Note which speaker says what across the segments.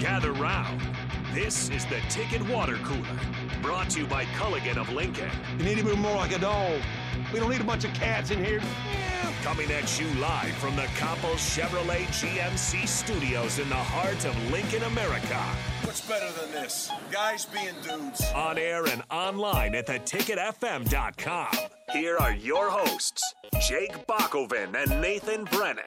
Speaker 1: Gather round. This is the Ticket Water Cooler, brought to you by Culligan of Lincoln.
Speaker 2: You need to move more like a dog. We don't need a bunch of cats in here.
Speaker 1: Coming at you live from the Copple Chevrolet GMC studios in the heart of Lincoln, America.
Speaker 3: What's better than this? Guys being dudes.
Speaker 1: On air and online at theticketfm.com. Here are your hosts, Jake Bakoven and Nathan Brennan.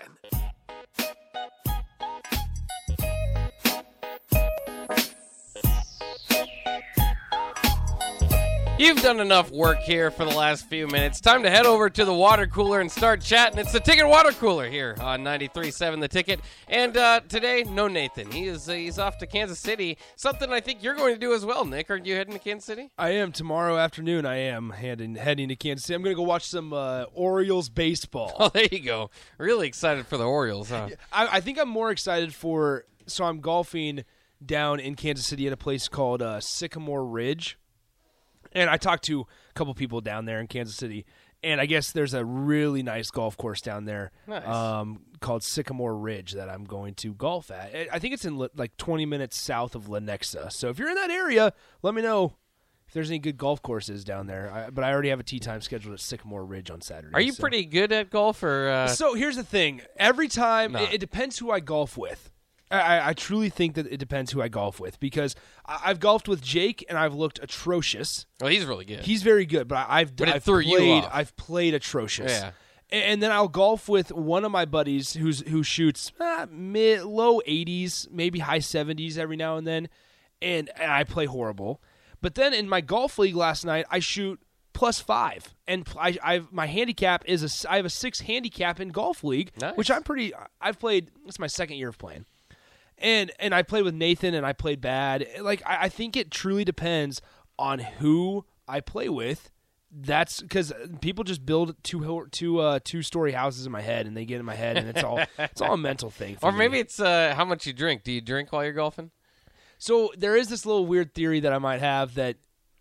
Speaker 4: You've done enough work here for the last few minutes. Time to head over to the water cooler and start chatting. It's the Ticket Water Cooler here on 93.7 The Ticket. And uh, today, no Nathan. He is uh, he's off to Kansas City. Something I think you're going to do as well, Nick. Aren't you heading to Kansas City?
Speaker 5: I am tomorrow afternoon. I am heading heading to Kansas City. I'm going to go watch some uh, Orioles baseball.
Speaker 4: Oh, there you go. Really excited for the Orioles, huh?
Speaker 5: I, I think I'm more excited for. So I'm golfing down in Kansas City at a place called uh, Sycamore Ridge, and I talked to a couple people down there in Kansas City. And I guess there's a really nice golf course down there
Speaker 4: Nice.
Speaker 5: um, called Sycamore Ridge that I'm going to golf at. I- I think it's in Li- like 20 minutes south of Lenexa. So if you're in that area, let me know if there's any good golf courses down there. I, but I already have a tee time scheduled at Sycamore Ridge on Saturday.
Speaker 4: Are you
Speaker 5: so-
Speaker 4: pretty good at golf or. Uh,
Speaker 5: so here's the thing. Every time,
Speaker 4: Nah.
Speaker 5: it, it depends who I golf with. I, I- I truly think that it depends who I golf with because I, I've golfed with Jake and I've looked atrocious.
Speaker 4: well, he's really good.
Speaker 5: He's very good, but I, I've
Speaker 4: But it
Speaker 5: I've
Speaker 4: threw you
Speaker 5: played,
Speaker 4: off.
Speaker 5: I've played atrocious.
Speaker 4: Yeah.
Speaker 5: A- And then I'll golf with one of my buddies who's who shoots ah, mid low 80s, maybe high 70s every now and then, and, and I play horrible. But then in my golf league last night, I shoot plus five, and pl- I, I've my handicap is a s- I have a six handicap in golf league,
Speaker 4: Nice.
Speaker 5: which I'm pretty. I've played. It's my second year of playing and and I played with Nathan and I played bad. Like I, I think it truly depends on who I play with. That's because people just build two ho- two uh, two story houses in my head and they get in my head and it's all it's all a mental thing. for
Speaker 4: or
Speaker 5: me.
Speaker 4: maybe it's uh, how much you drink. Do you drink while you're golfing?
Speaker 5: so. There is this little weird theory that I might have that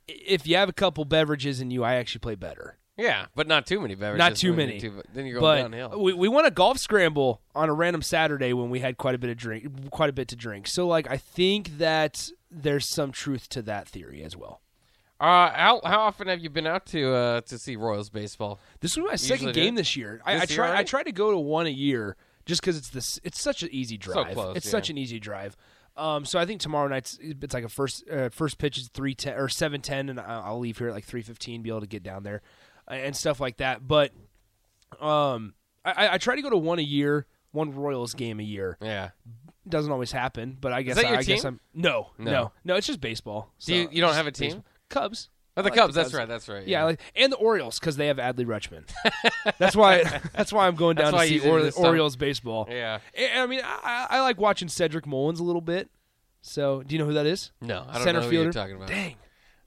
Speaker 5: i- if you have a couple beverages in you, I actually play better.
Speaker 4: Yeah, but not too many beverages.
Speaker 5: Not too
Speaker 4: Then you're
Speaker 5: many.
Speaker 4: then you're
Speaker 5: but
Speaker 4: going downhill.
Speaker 5: We, we won a golf scramble on a random Saturday when we had quite a bit of drink, quite a bit to drink. So like I think that there's some truth to that theory as well.
Speaker 4: Uh, how how often have you been out to uh, to see Royals baseball?
Speaker 5: This was my
Speaker 4: usually
Speaker 5: second
Speaker 4: do.
Speaker 5: game this year. I,
Speaker 4: This
Speaker 5: I
Speaker 4: year,
Speaker 5: try I
Speaker 4: alright?
Speaker 5: try to go to one a year just because it's this it's such an easy drive.
Speaker 4: close,
Speaker 5: it's
Speaker 4: yeah.
Speaker 5: such an easy drive. Um, so I think tomorrow night's it's like a first uh, first pitch is three ten or seven ten, and I- I'll leave here at like three fifteen, be able to get down there uh, and stuff like that. But um, I, I- I try to go to one a year, one Royals game a year.
Speaker 4: Yeah.
Speaker 5: Doesn't always happen, but I guess
Speaker 4: that
Speaker 5: I,
Speaker 4: your
Speaker 5: I guess
Speaker 4: team?
Speaker 5: I'm no,
Speaker 4: No.
Speaker 5: no no It's just baseball. So
Speaker 4: you- you don't
Speaker 5: it's
Speaker 4: have a
Speaker 5: just
Speaker 4: team?
Speaker 5: baseball. Cubs.
Speaker 4: Oh, the
Speaker 5: I like
Speaker 4: Cubs. That's right. That's right.
Speaker 5: Yeah, like, and the Orioles because they have Adley Rutschman. that's why. That's why I'm going
Speaker 4: That's
Speaker 5: down
Speaker 4: why
Speaker 5: to
Speaker 4: you
Speaker 5: see
Speaker 4: did
Speaker 5: Ori-
Speaker 4: this time.
Speaker 5: Orioles baseball.
Speaker 4: yeah.
Speaker 5: And, I mean, I, I like watching Cedric Mullins a little bit. So, do you know who that is?
Speaker 4: No, I don't
Speaker 5: Center
Speaker 4: know who
Speaker 5: fielder.
Speaker 4: you're talking about.
Speaker 5: Dang,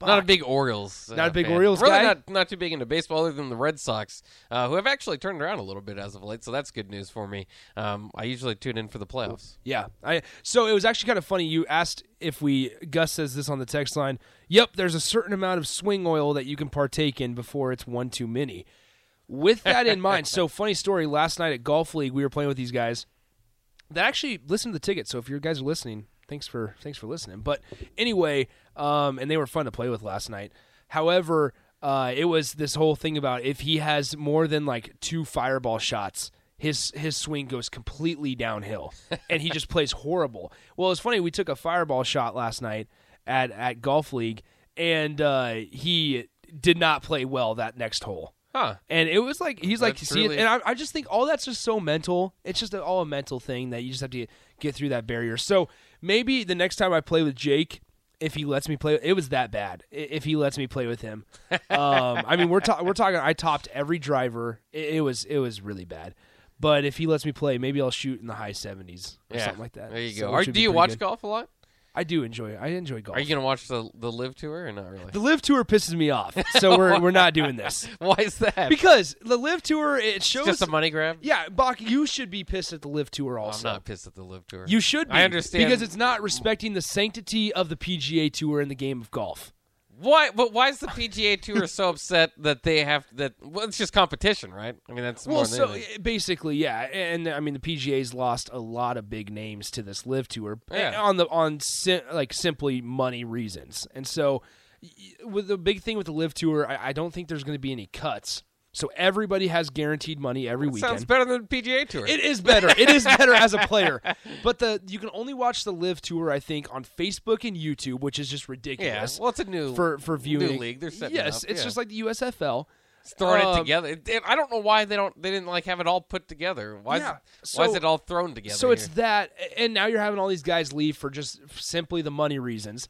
Speaker 4: Not a big Orioles. uh,
Speaker 5: Not a big
Speaker 4: fan.
Speaker 5: Orioles
Speaker 4: really
Speaker 5: guy?
Speaker 4: Not not too big into baseball, other than the Red Sox, uh, who have actually turned around a little bit as of late. So that's good news for me. Um, I usually tune in for the playoffs.
Speaker 5: Yeah. I so it was actually kind of funny. You asked if we Gus says this on the text line. Yep, there's a certain amount of swing oil that you can partake in before it's one too many. With that in mind, so funny story. Last night at golf league, we were playing with these guys that actually listened to the ticket. So if you guys are listening, thanks for thanks for listening. But anyway, um, and they were fun to play with last night. However, uh, it was this whole thing about if he has more than like two fireball shots, his his swing goes completely downhill, and he just plays horrible. Well, it's funny. We took a fireball shot last night at at golf league, and uh, he did not play well that next hole.
Speaker 4: Huh.
Speaker 5: And it was like he's like
Speaker 4: That's
Speaker 5: see,
Speaker 4: really-
Speaker 5: and I, I just think all that's just so mental. It's just all a mental thing that you just have to get through that barrier. So maybe the next time I play with Jake, if he lets me play, it was that bad. I- If he lets me play with him, um, I mean we're ta- we're talking. I topped every driver. It, it was it was really bad. But if he lets me play, maybe I'll shoot in the high seventies or
Speaker 4: yeah.
Speaker 5: something like that.
Speaker 4: There you
Speaker 5: So
Speaker 4: go.
Speaker 5: it
Speaker 4: Are,
Speaker 5: should
Speaker 4: do
Speaker 5: be
Speaker 4: you
Speaker 5: pretty
Speaker 4: watch
Speaker 5: good.
Speaker 4: golf a lot?
Speaker 5: I do enjoy. I enjoy golf.
Speaker 4: Are you going to watch the the live tour or not really?
Speaker 5: the live tour pisses me off, so we're we're not doing this
Speaker 4: Why is that?
Speaker 5: because the live tour it shows
Speaker 4: it's just a money grab.
Speaker 5: Yeah, Bach, you should be pissed at the live tour
Speaker 4: I'm
Speaker 5: also.
Speaker 4: not pissed at the live tour.
Speaker 5: You should be.
Speaker 4: I understand
Speaker 5: Because it's not respecting the sanctity of the PGA tour in the game of golf.
Speaker 4: Why? But why is the PGA Tour so upset that they have that? Well, it's just competition, right? I mean, that's
Speaker 5: Well,
Speaker 4: more than
Speaker 5: so
Speaker 4: anything.
Speaker 5: eh, basically, yeah, and I mean the PGA's lost a lot of big names to this live tour eh,
Speaker 4: Yeah.
Speaker 5: on the on sim- like simply money reasons, and so y- with the big thing with the live tour, I, I don't think there's going to be any cuts. So everybody has guaranteed money every weekend.
Speaker 4: sounds better than the PGA Tour.
Speaker 5: It is better. It is better as a player. But the you can only watch the live tour, I think, on Facebook and YouTube, which is just
Speaker 4: yeah.
Speaker 5: ridiculous.
Speaker 4: Well, it's a new
Speaker 5: for for viewing
Speaker 4: new league. They're setting it
Speaker 5: yes,
Speaker 4: up,
Speaker 5: it's
Speaker 4: yeah.
Speaker 5: just like the USFL.
Speaker 4: It's throwing it
Speaker 5: um,
Speaker 4: together. It- it- I don't know why they don't. They didn't like have it all put together. Why?
Speaker 5: Yeah,
Speaker 4: Is, why is
Speaker 5: so-
Speaker 4: it all thrown together?
Speaker 5: So it's
Speaker 4: here?
Speaker 5: that, and now you're having all these guys leave for just simply the money reasons.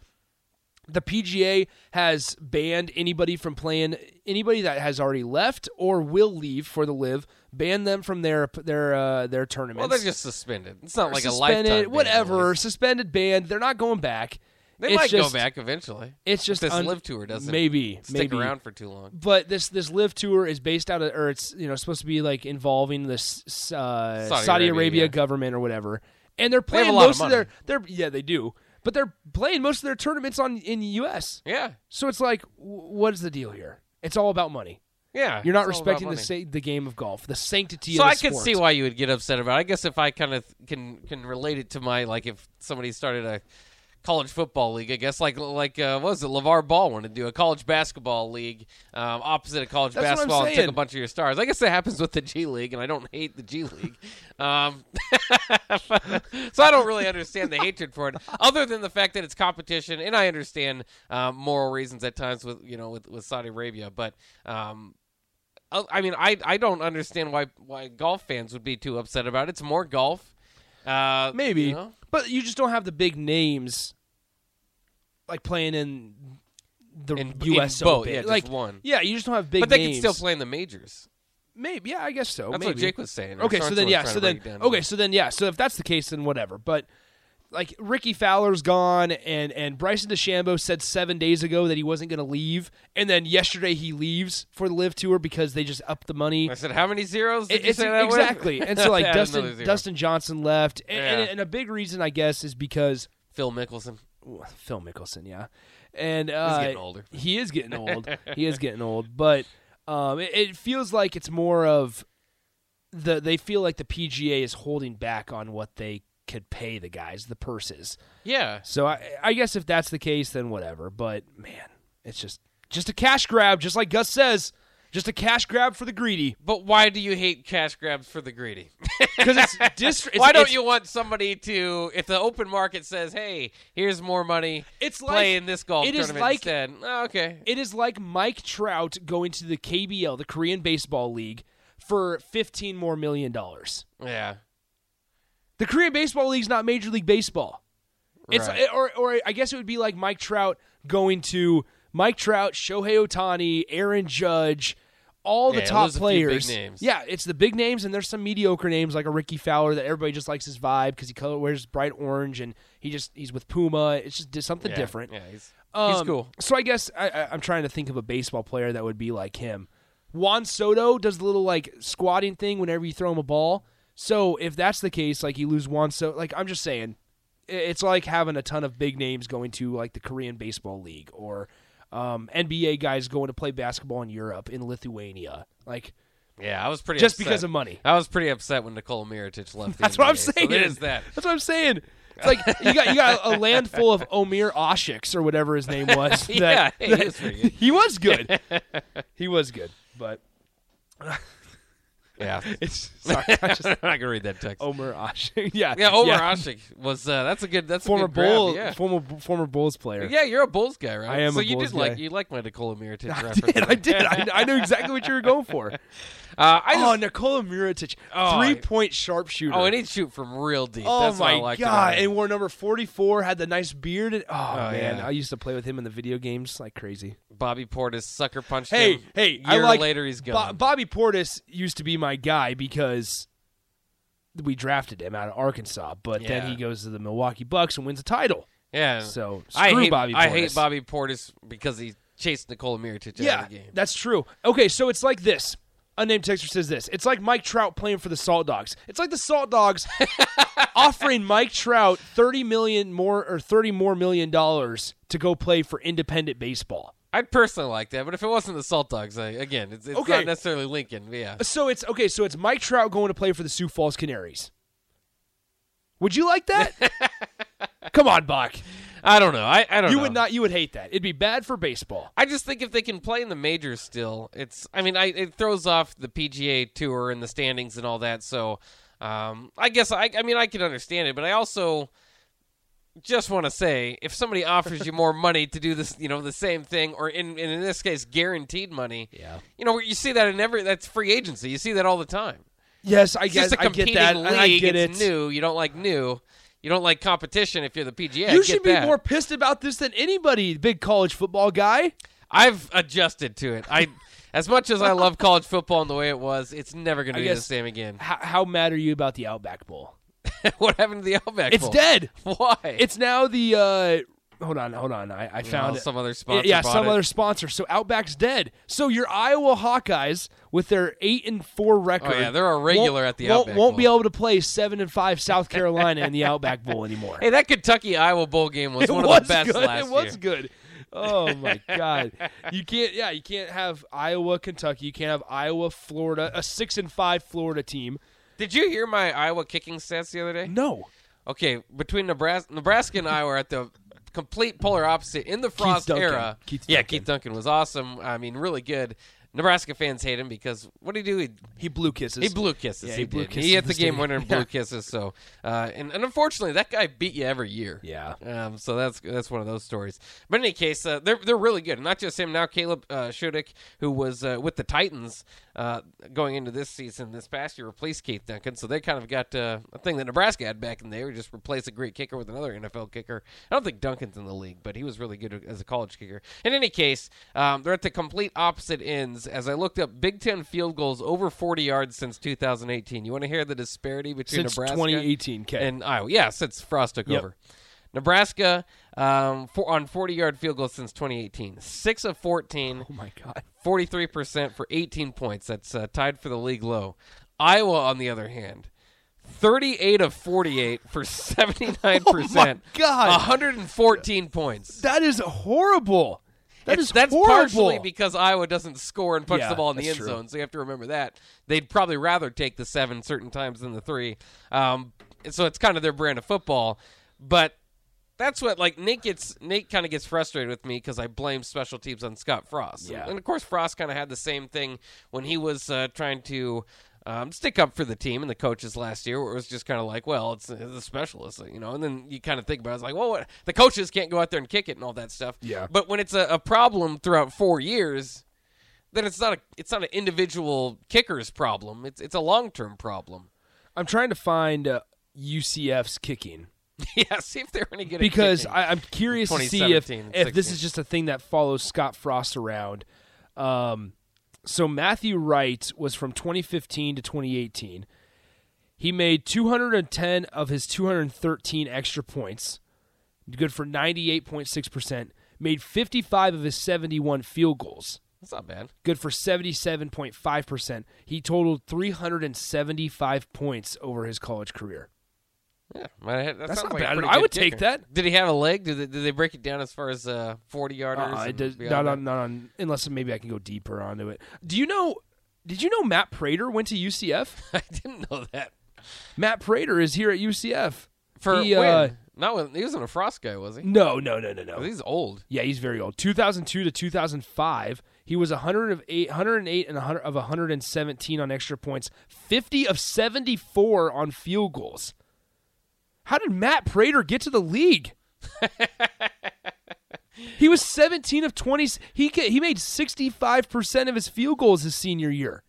Speaker 5: The PGA has banned anybody from playing anybody that has already left or will leave for the live. Ban them from their their uh, their tournaments.
Speaker 4: well, they're just suspended. It's not like a lifetime.
Speaker 5: suspended,
Speaker 4: ban, at
Speaker 5: whatever,
Speaker 4: least.
Speaker 5: suspended, banned. They're not going back.
Speaker 4: They
Speaker 5: It's
Speaker 4: might
Speaker 5: just-
Speaker 4: go back eventually.
Speaker 5: It's just
Speaker 4: if this
Speaker 5: un-
Speaker 4: live tour doesn't
Speaker 5: maybe
Speaker 4: stick
Speaker 5: maybe.
Speaker 4: around for too long.
Speaker 5: But this this live tour is based out of, or it's you know supposed to be like involving this uh, Saudi,
Speaker 4: Saudi
Speaker 5: Arabia,
Speaker 4: Arabia, yeah.
Speaker 5: government or whatever, and they're
Speaker 4: have
Speaker 5: playing
Speaker 4: a lot of
Speaker 5: most
Speaker 4: money.
Speaker 5: their their yeah they do, but they're playing most of their tournaments on in the U.S.
Speaker 4: Yeah,
Speaker 5: So it's like, wh- what is the deal here? It's all about money.
Speaker 4: yeah.
Speaker 5: You're not
Speaker 4: it's all about
Speaker 5: respecting the
Speaker 4: money.
Speaker 5: sa- the game of golf, the sanctity.
Speaker 4: So
Speaker 5: of
Speaker 4: I
Speaker 5: the
Speaker 4: can
Speaker 5: sport.
Speaker 4: see why you would get upset about. It. I guess if I kind of can can relate it to my like if somebody started a college football league, I guess like like uh, what was it Levar Ball wanted to do a college basketball league um, opposite of college
Speaker 5: That's what I'm
Speaker 4: basketball and took a
Speaker 5: saying.
Speaker 4: bunch of your stars. I guess that happens with the G League, and I don't hate the G League, um, so I don't really understand the hatred for it, other than the fact that it's competition, and I understand um, moral reasons at times with you know with, with Saudi Arabia, but. Um, I I mean, I, I don't understand why why golf fans would be too upset about it. It's more golf. Uh,
Speaker 5: maybe,
Speaker 4: you know?
Speaker 5: but you just don't have the big names like playing in the
Speaker 4: In- in
Speaker 5: U.S.
Speaker 4: both,
Speaker 5: Open.
Speaker 4: yeah, just
Speaker 5: like
Speaker 4: one.
Speaker 5: Yeah, you just don't have big.
Speaker 4: but they
Speaker 5: names.
Speaker 4: can still play in the majors.
Speaker 5: Maybe, yeah, I guess so.
Speaker 4: That's
Speaker 5: maybe.
Speaker 4: what Jake was saying.
Speaker 5: Okay, so
Speaker 4: Sartre
Speaker 5: then
Speaker 4: was
Speaker 5: yeah,
Speaker 4: trying to
Speaker 5: so
Speaker 4: break
Speaker 5: then
Speaker 4: it down.
Speaker 5: okay, so then yeah, so if that's the case, then whatever. But like Ricky Fowler's gone, and and Bryson DeChambeau said seven days ago that he wasn't going to leave, and then yesterday he leaves for the Live Tour because they just upped the money.
Speaker 4: I said, how many zeros did
Speaker 5: It-
Speaker 4: you
Speaker 5: it's
Speaker 4: say that with?
Speaker 5: exactly, and so like
Speaker 4: Add another
Speaker 5: Dustin
Speaker 4: zero.
Speaker 5: Dustin Johnson left, and, and,
Speaker 4: Yeah.
Speaker 5: and a big reason I guess is because
Speaker 4: Phil Mickelson.
Speaker 5: well, Phil Mickelson, yeah, and uh,
Speaker 4: getting older.
Speaker 5: He is getting old. he is getting old, but um, it, it feels like it's more of the they feel like the PGA is holding back on what they could pay the guys, the purses.
Speaker 4: Yeah.
Speaker 5: So I, I guess if that's the case, then whatever. But man, it's just just a cash grab, just like Gus says, just a cash grab for the greedy.
Speaker 4: But why do you hate cash grabs for the greedy?
Speaker 5: Because it's dis- it's-
Speaker 4: why don't
Speaker 5: it's-
Speaker 4: you want somebody to, if the open market says, "Hey, here's more money,"
Speaker 5: It's like-
Speaker 4: play in this golf
Speaker 5: it is
Speaker 4: tournament
Speaker 5: like-
Speaker 4: instead. Oh, okay,
Speaker 5: It is like Mike Trout going to the KBL, the Korean Baseball League, for fifteen more million dollars.
Speaker 4: yeah,
Speaker 5: The Korean Baseball League's not Major League Baseball. It's
Speaker 4: Right.
Speaker 5: or or I guess it would be like Mike Trout going to Mike Trout, Shohei Otani, Aaron Judge, all the
Speaker 4: Yeah,
Speaker 5: top
Speaker 4: those are a few big
Speaker 5: players.
Speaker 4: names.
Speaker 5: Yeah, it's the big names, and there's some mediocre names like a Ricky Fowler that everybody just likes his vibe because he color wears bright orange and he just he's with Puma. It's just di- something
Speaker 4: yeah.
Speaker 5: different.
Speaker 4: Yeah, he's,
Speaker 5: Um,
Speaker 4: he's cool.
Speaker 5: So I guess I, I, I'm trying to think of a baseball player that would be like him. Juan Soto does the little like squatting thing whenever you throw him a ball. So if that's the case, like you lose Juan Soto, like I'm just saying, i- it's like having a ton of big names going to like the Korean Baseball League or um, NBA guys going to play basketball in Europe in Lithuania, like
Speaker 4: Yeah, I was pretty
Speaker 5: just
Speaker 4: upset.
Speaker 5: because of money.
Speaker 4: I was pretty upset when Nikola Mirotic left. The
Speaker 5: That's what I'm
Speaker 4: NBA, so
Speaker 5: saying.
Speaker 4: there is that.
Speaker 5: That's what I'm saying. It's like you got you got a land full of Omir Ashiks or whatever his name was.
Speaker 4: Yeah,
Speaker 5: that-
Speaker 4: he was pretty good.
Speaker 5: he was good. he was good, but
Speaker 4: Yeah,
Speaker 5: it's sorry. I just
Speaker 4: I'm not gonna read that text.
Speaker 5: Omer Ashik. Yeah,
Speaker 4: yeah, Omar Ashik was uh, that's a good that's
Speaker 5: former
Speaker 4: a good grab,
Speaker 5: Bull,
Speaker 4: Yeah.
Speaker 5: former former Bulls player.
Speaker 4: yeah, you're a Bulls guy, right?
Speaker 5: I am
Speaker 4: So
Speaker 5: a
Speaker 4: you
Speaker 5: Bulls
Speaker 4: did like
Speaker 5: guy.
Speaker 4: you like my Nikola Mirotic
Speaker 5: I
Speaker 4: reference.
Speaker 5: did. I did. I, I knew exactly what you were going for.
Speaker 4: Uh, I just,
Speaker 5: Oh, Nikola Mirotic,
Speaker 4: Oh, I-
Speaker 5: three point sharpshooter.
Speaker 4: oh, and he'd shoot from real deep.
Speaker 5: Oh
Speaker 4: that's what I
Speaker 5: my
Speaker 4: liked
Speaker 5: god!
Speaker 4: about him.
Speaker 5: And wore number forty-four. Had the nice beard. And, oh, man,
Speaker 4: yeah.
Speaker 5: I used to play with him in the video games like crazy.
Speaker 4: Bobby Portis sucker punched
Speaker 5: Hey,
Speaker 4: him.
Speaker 5: hey!
Speaker 4: year
Speaker 5: I like
Speaker 4: later he's
Speaker 5: Bo-
Speaker 4: gone.
Speaker 5: Bobby Portis used to be my guy because we drafted him out of Arkansas, but
Speaker 4: Yeah.
Speaker 5: then he goes to the Milwaukee Bucks and wins a title.
Speaker 4: yeah,
Speaker 5: So,
Speaker 4: I
Speaker 5: screw
Speaker 4: hate
Speaker 5: Bobby
Speaker 4: I
Speaker 5: Portis.
Speaker 4: hate Bobby Portis because he chased Nikola Mirotic out
Speaker 5: Yeah,
Speaker 4: of the game.
Speaker 5: that's true. Okay, so it's like this. Unnamed texter says this. It's like Mike Trout playing for the Salt Dogs. It's like the Salt Dogs offering Mike Trout thirty million more or thirty more million dollars to go play for independent baseball.
Speaker 4: I'd personally like that, but if it wasn't the Salt Dogs, I, again, it's, it's
Speaker 5: Okay.
Speaker 4: not necessarily Lincoln. but yeah,
Speaker 5: So it's okay. So it's Mike Trout going to play for the Sioux Falls Canaries. Would you like that? Come on, Bach.
Speaker 4: I don't know. I, I don't.
Speaker 5: You
Speaker 4: know.
Speaker 5: would not. You would hate that. It'd be bad for baseball.
Speaker 4: I just think if they can play in the majors still, it's. I mean, I it throws off the PGA Tour and the standings and all that. So, um, I guess I. I mean, I can understand it, but I also just want to say if somebody offers you more money to do this, you know, the same thing, or in in this case, guaranteed money.
Speaker 5: Yeah.
Speaker 4: You know, you see that in every that's free agency. You see that all the time.
Speaker 5: Yes, I
Speaker 4: It's
Speaker 5: guess
Speaker 4: just a
Speaker 5: I get
Speaker 4: competing
Speaker 5: that.
Speaker 4: league.
Speaker 5: and I get
Speaker 4: it's
Speaker 5: it.
Speaker 4: new. You don't like new. You don't like competition if you're the PGA. I
Speaker 5: you
Speaker 4: get
Speaker 5: should be
Speaker 4: that.
Speaker 5: more pissed about this than anybody, big college football guy.
Speaker 4: I've adjusted to it. I, as much as I love college football and the way it was, it's never going
Speaker 5: I
Speaker 4: to be the
Speaker 5: guess-
Speaker 4: same again.
Speaker 5: How, how mad are you about the Outback Bowl?
Speaker 4: what happened to the Outback?
Speaker 5: It's
Speaker 4: Bowl?
Speaker 5: dead.
Speaker 4: Why?
Speaker 5: It's now the. uh Hold on, hold on. I, I found
Speaker 4: Well,
Speaker 5: it.
Speaker 4: some other sponsor.
Speaker 5: yeah,
Speaker 4: bought
Speaker 5: some
Speaker 4: it.
Speaker 5: other sponsor. So Outback's dead. So your Iowa Hawkeyes with their eight and four record.
Speaker 4: Oh, yeah, they're a regular
Speaker 5: won't-
Speaker 4: at the
Speaker 5: won't,
Speaker 4: Outback
Speaker 5: Won't be
Speaker 4: Bowl.
Speaker 5: able to play seven and five South Carolina in the Outback Bowl anymore.
Speaker 4: Hey, that Kentucky Iowa bowl game was
Speaker 5: it
Speaker 4: one
Speaker 5: was
Speaker 4: of the best
Speaker 5: good.
Speaker 4: last
Speaker 5: it was
Speaker 4: year.
Speaker 5: good. Oh my God! You can't. Yeah, you can't have Iowa, Kentucky. You can't have Iowa, Florida. A six and five Florida team.
Speaker 4: Did you hear my Iowa kicking stats the other day?
Speaker 5: No.
Speaker 4: Okay, between Nebraska, Nebraska and Iowa are at the complete polar opposite in the Frost
Speaker 5: Duncan.
Speaker 4: era.
Speaker 5: Keith
Speaker 4: yeah,
Speaker 5: Duncan.
Speaker 4: Keith Duncan was awesome. I mean, really good. Nebraska fans hate him because what did he do? He
Speaker 5: He blew kisses.
Speaker 4: He blew kisses.
Speaker 5: Yeah,
Speaker 4: he,
Speaker 5: he blew
Speaker 4: did.
Speaker 5: kisses
Speaker 4: He hit
Speaker 5: in
Speaker 4: the
Speaker 5: the
Speaker 4: game
Speaker 5: stadium.
Speaker 4: winner and blew kisses. So, uh, and, and unfortunately, that guy beat you every year.
Speaker 5: Yeah.
Speaker 4: Um, so that's that's one of those stories. But in any case, uh, they're they're really good. Not just him. Now Caleb uh, Shudik, who was uh, with the Titans uh, going into this season this past year, replaced Keith Duncan. So they kind of got uh, a thing that Nebraska had back in the day. We just replaced a great kicker with another NFL kicker. I don't think Duncan's in the league, but he was really good as a college kicker. In any case, um, they're at the complete opposite ends. As I looked up Big Ten field goals over 40 yards since 2018. You want to hear the disparity between
Speaker 5: Since
Speaker 4: Nebraska
Speaker 5: 2018, okay.
Speaker 4: and Iowa? Yeah, since Frost took
Speaker 5: Yep.
Speaker 4: over. Nebraska um, for, on 40 yard field goals since 2018. Six of 14,
Speaker 5: Oh my God.
Speaker 4: 43% for 18 points. That's uh, tied for the league low. Iowa, on the other hand, 38 of 48 for 79%.
Speaker 5: Oh my God.
Speaker 4: 114 points.
Speaker 5: That is horrible. That
Speaker 4: It's-
Speaker 5: is
Speaker 4: that's
Speaker 5: horrible.
Speaker 4: partially because Iowa doesn't score and punch
Speaker 5: Yeah,
Speaker 4: the ball in the end
Speaker 5: that's true.
Speaker 4: zone, so you have to remember that they'd probably rather take the seven certain times than the three. Um, so it's kind of their brand of football, but that's what like Nate gets. Nate kind of gets frustrated with me because I blame special teams on Scott Frost,
Speaker 5: Yeah.
Speaker 4: and of course Frost kind of had the same thing when he was uh, trying to. Um, stick up for the team and the coaches last year, where it was just kind of like, well, it's, it's a specialist, you know. And then you kind of think about it, it's like, well, what, the coaches can't go out there and kick it and all that stuff.
Speaker 5: Yeah.
Speaker 4: But when it's a, a problem throughout four years, then it's not a it's not an individual kicker's problem. It's it's a long term problem.
Speaker 5: I'm trying to find uh, UCF's kicking
Speaker 4: yeah, see if they're any good.
Speaker 5: because
Speaker 4: at kicking.
Speaker 5: I, I'm curious to see if
Speaker 4: 2017 and
Speaker 5: if this
Speaker 4: 16.
Speaker 5: is just a thing that follows Scott Frost around. Um, so Matthew Wright was from 2015 to 2018. He made 210 of his 213 extra points, good for 98.6 percent. Made 55 of his 71 field goals.
Speaker 4: that's not bad.
Speaker 5: good for 77.5%. He totaled 375 points over his college career.
Speaker 4: Yeah, might have- that
Speaker 5: That's
Speaker 4: sounds
Speaker 5: not
Speaker 4: like a
Speaker 5: bad.
Speaker 4: pretty
Speaker 5: I
Speaker 4: good
Speaker 5: would take
Speaker 4: kicker.
Speaker 5: that.
Speaker 4: Did he have a leg? Did they, did they break it down as far as uh, forty yarders?
Speaker 5: Uh,
Speaker 4: and
Speaker 5: it does,
Speaker 4: beyond
Speaker 5: not,
Speaker 4: that?
Speaker 5: on, not on, unless maybe I can go deeper onto it. Do you know? Did you know Matt Prater went to UCF?
Speaker 4: I didn't know that.
Speaker 5: Matt Prater is here at UCF.
Speaker 4: For
Speaker 5: He,
Speaker 4: when?
Speaker 5: uh,
Speaker 4: not when he wasn't a frost guy, was he?
Speaker 5: no, no, no, no, no.
Speaker 4: He's old.
Speaker 5: Yeah, he's very old. 2002 to 2005, he was 100 of 8, 108 and 100 of 117 on extra points, 50 of 74 on field goals. How did Matt Prater get to the league? he was 17 of 20. He ca- he made 65% of his field goals his senior year.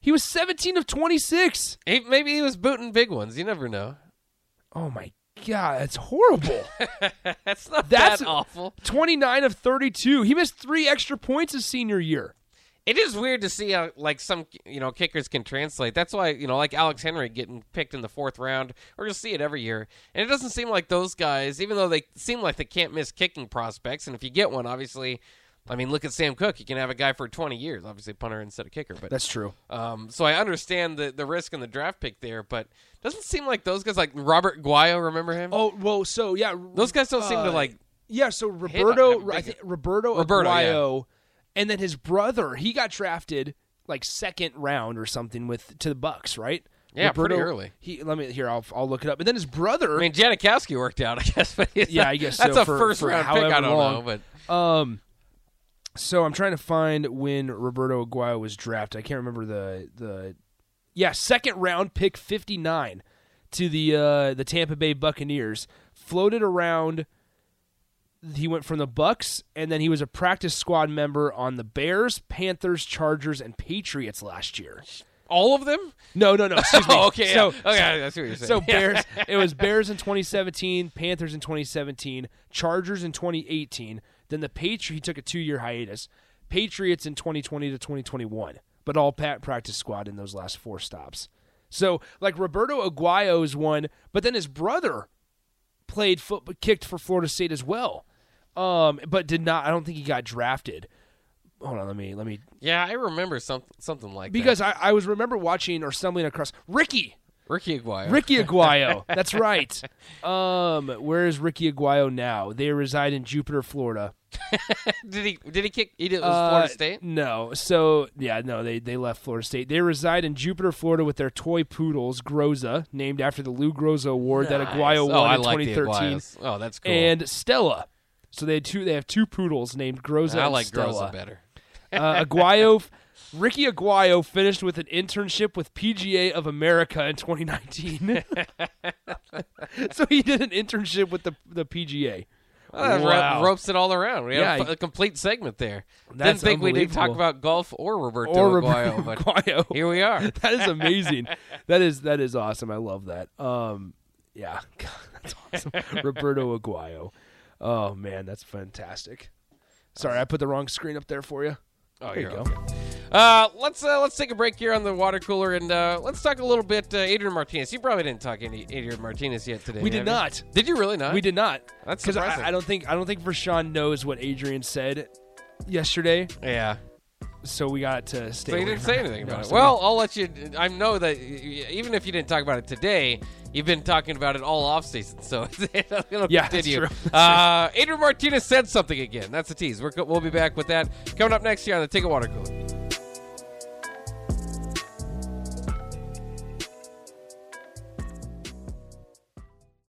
Speaker 5: He was 17 of 26.
Speaker 4: He, maybe he was booting big ones. You never know.
Speaker 5: Oh my god, that's horrible.
Speaker 4: That's not
Speaker 5: That's-
Speaker 4: that awful.
Speaker 5: 29 of 32. He missed 3 extra points his senior year.
Speaker 4: It is weird to see how like some you know kickers can translate. That's why you know like Alex Henry getting picked in the fourth round, or you'll see it every year. And it doesn't seem like those guys, even though they seem like they can't miss kicking prospects. And if you get one, obviously, I mean, look at Sam Cook. You can have a guy for twenty years, obviously punter instead of kicker. But
Speaker 5: That's true.
Speaker 4: um, so I understand the the risk and the draft pick there, but doesn't seem like those guys like Robert Guayo. Remember him?
Speaker 5: Oh well, so yeah,
Speaker 4: Those guys don't seem to
Speaker 5: uh,
Speaker 4: like
Speaker 5: Yeah, so
Speaker 4: hit on
Speaker 5: Roberto,
Speaker 4: every
Speaker 5: I
Speaker 4: big-
Speaker 5: think Roberto,
Speaker 4: Roberto, yeah.
Speaker 5: Aguayo, and then his brother, he got drafted like second round or something with to the Bucks, right?
Speaker 4: Yeah,
Speaker 5: Roberto,
Speaker 4: pretty early.
Speaker 5: He let me here. I'll I'll look it up. And then his brother.
Speaker 4: I mean, Janikowski worked out, I guess. But he's
Speaker 5: Yeah,
Speaker 4: not-
Speaker 5: I guess
Speaker 4: that's
Speaker 5: so
Speaker 4: a
Speaker 5: for-
Speaker 4: first
Speaker 5: for
Speaker 4: round pick.
Speaker 5: however
Speaker 4: I don't
Speaker 5: long.
Speaker 4: know, but
Speaker 5: so I'm trying to find when Roberto Aguayo was drafted. I can't remember the the. Yeah, second round pick 59 to the uh, the Tampa Bay Buccaneers. Floated around. He went from the Bucks, and then he was a practice squad member on the Bears, Panthers, Chargers, and Patriots last year.
Speaker 4: all of them.
Speaker 5: No, no, no. Excuse me.
Speaker 4: Oh, okay.
Speaker 5: So,
Speaker 4: yeah. okay, that's what you're saying.
Speaker 5: so
Speaker 4: Yeah.
Speaker 5: Bears. It was Bears in 2017, Panthers in 2017, Chargers in 2018. Then the Patriot. He took a two-year hiatus. Patriots in 2020 to 2021, but all pat practice squad in those last four stops. So like Roberto Aguayo's one, but then his brother played foot kicked for Florida State as well, um, but did not. I don't think he got drafted. Hold on, let me let me
Speaker 4: yeah, I remember something something like
Speaker 5: because I, I was remember watching or stumbling across Ricky
Speaker 4: that. Ricky Aguayo.
Speaker 5: Ricky Aguayo. That's right. Um, where is Ricky Aguayo now? They reside in Jupiter, Florida.
Speaker 4: did he did he kick? He did. It was Florida
Speaker 5: Uh,
Speaker 4: State.
Speaker 5: No. So yeah, no, they they left Florida State. They reside in Jupiter, Florida, with their toy poodles, Groza, named after the Lou Groza Award that
Speaker 4: Nice.
Speaker 5: Aguayo won
Speaker 4: oh, I
Speaker 5: in
Speaker 4: like the
Speaker 5: 2013,
Speaker 4: Aguayos. Oh, that's cool.
Speaker 5: and Stella. So they had two. They have two poodles named Groza.
Speaker 4: I
Speaker 5: and
Speaker 4: like
Speaker 5: Stella.
Speaker 4: Groza better.
Speaker 5: Uh, Aguayo, Ricky Aguayo finished with an internship with PGA of America in 2019. so he did an internship with the the PGA.
Speaker 4: Well, Uh, that ro-
Speaker 5: Wow.
Speaker 4: ropes it all around. We had
Speaker 5: Yeah,
Speaker 4: a, fu- a complete segment there.
Speaker 5: That's
Speaker 4: Didn't think we did talk
Speaker 5: unbelievable.
Speaker 4: about golf or Roberto
Speaker 5: Or
Speaker 4: Aguayo,
Speaker 5: Roberto
Speaker 4: but
Speaker 5: Aguayo.
Speaker 4: here we are.
Speaker 5: that is amazing. that is that is awesome. I love that. Um, yeah, God, that's awesome. Roberto Aguayo. Oh man, that's fantastic. Sorry, I put the wrong screen up there for you.
Speaker 4: Oh,
Speaker 5: There you
Speaker 4: you're
Speaker 5: go.
Speaker 4: okay. Uh, let's uh, let's take a break here on the water cooler and uh, let's talk a little bit. Uh, Adrian Martinez. You probably didn't talk any Adrian Martinez yet today.
Speaker 5: We
Speaker 4: have
Speaker 5: did
Speaker 4: you?
Speaker 5: not.
Speaker 4: Did you really not?
Speaker 5: We did not.
Speaker 4: That's
Speaker 5: because
Speaker 4: surprising.
Speaker 5: I, I don't think I don't think Vershawn knows what Adrian said yesterday.
Speaker 4: Yeah.
Speaker 5: so we got to stay.
Speaker 4: So you
Speaker 5: away
Speaker 4: didn't
Speaker 5: from
Speaker 4: say
Speaker 5: it.
Speaker 4: anything
Speaker 5: No,
Speaker 4: about it.
Speaker 5: so
Speaker 4: Well, I'll let you. I know that y- y- even if you didn't talk about it today, you've been talking about it all off season. So it's going to
Speaker 5: Yeah, that's
Speaker 4: continue.
Speaker 5: true.
Speaker 4: Uh, Adrian Martinez said something again. That's a tease. We're, co- we'll be back with that coming up next year on the Ticket Water Cooler.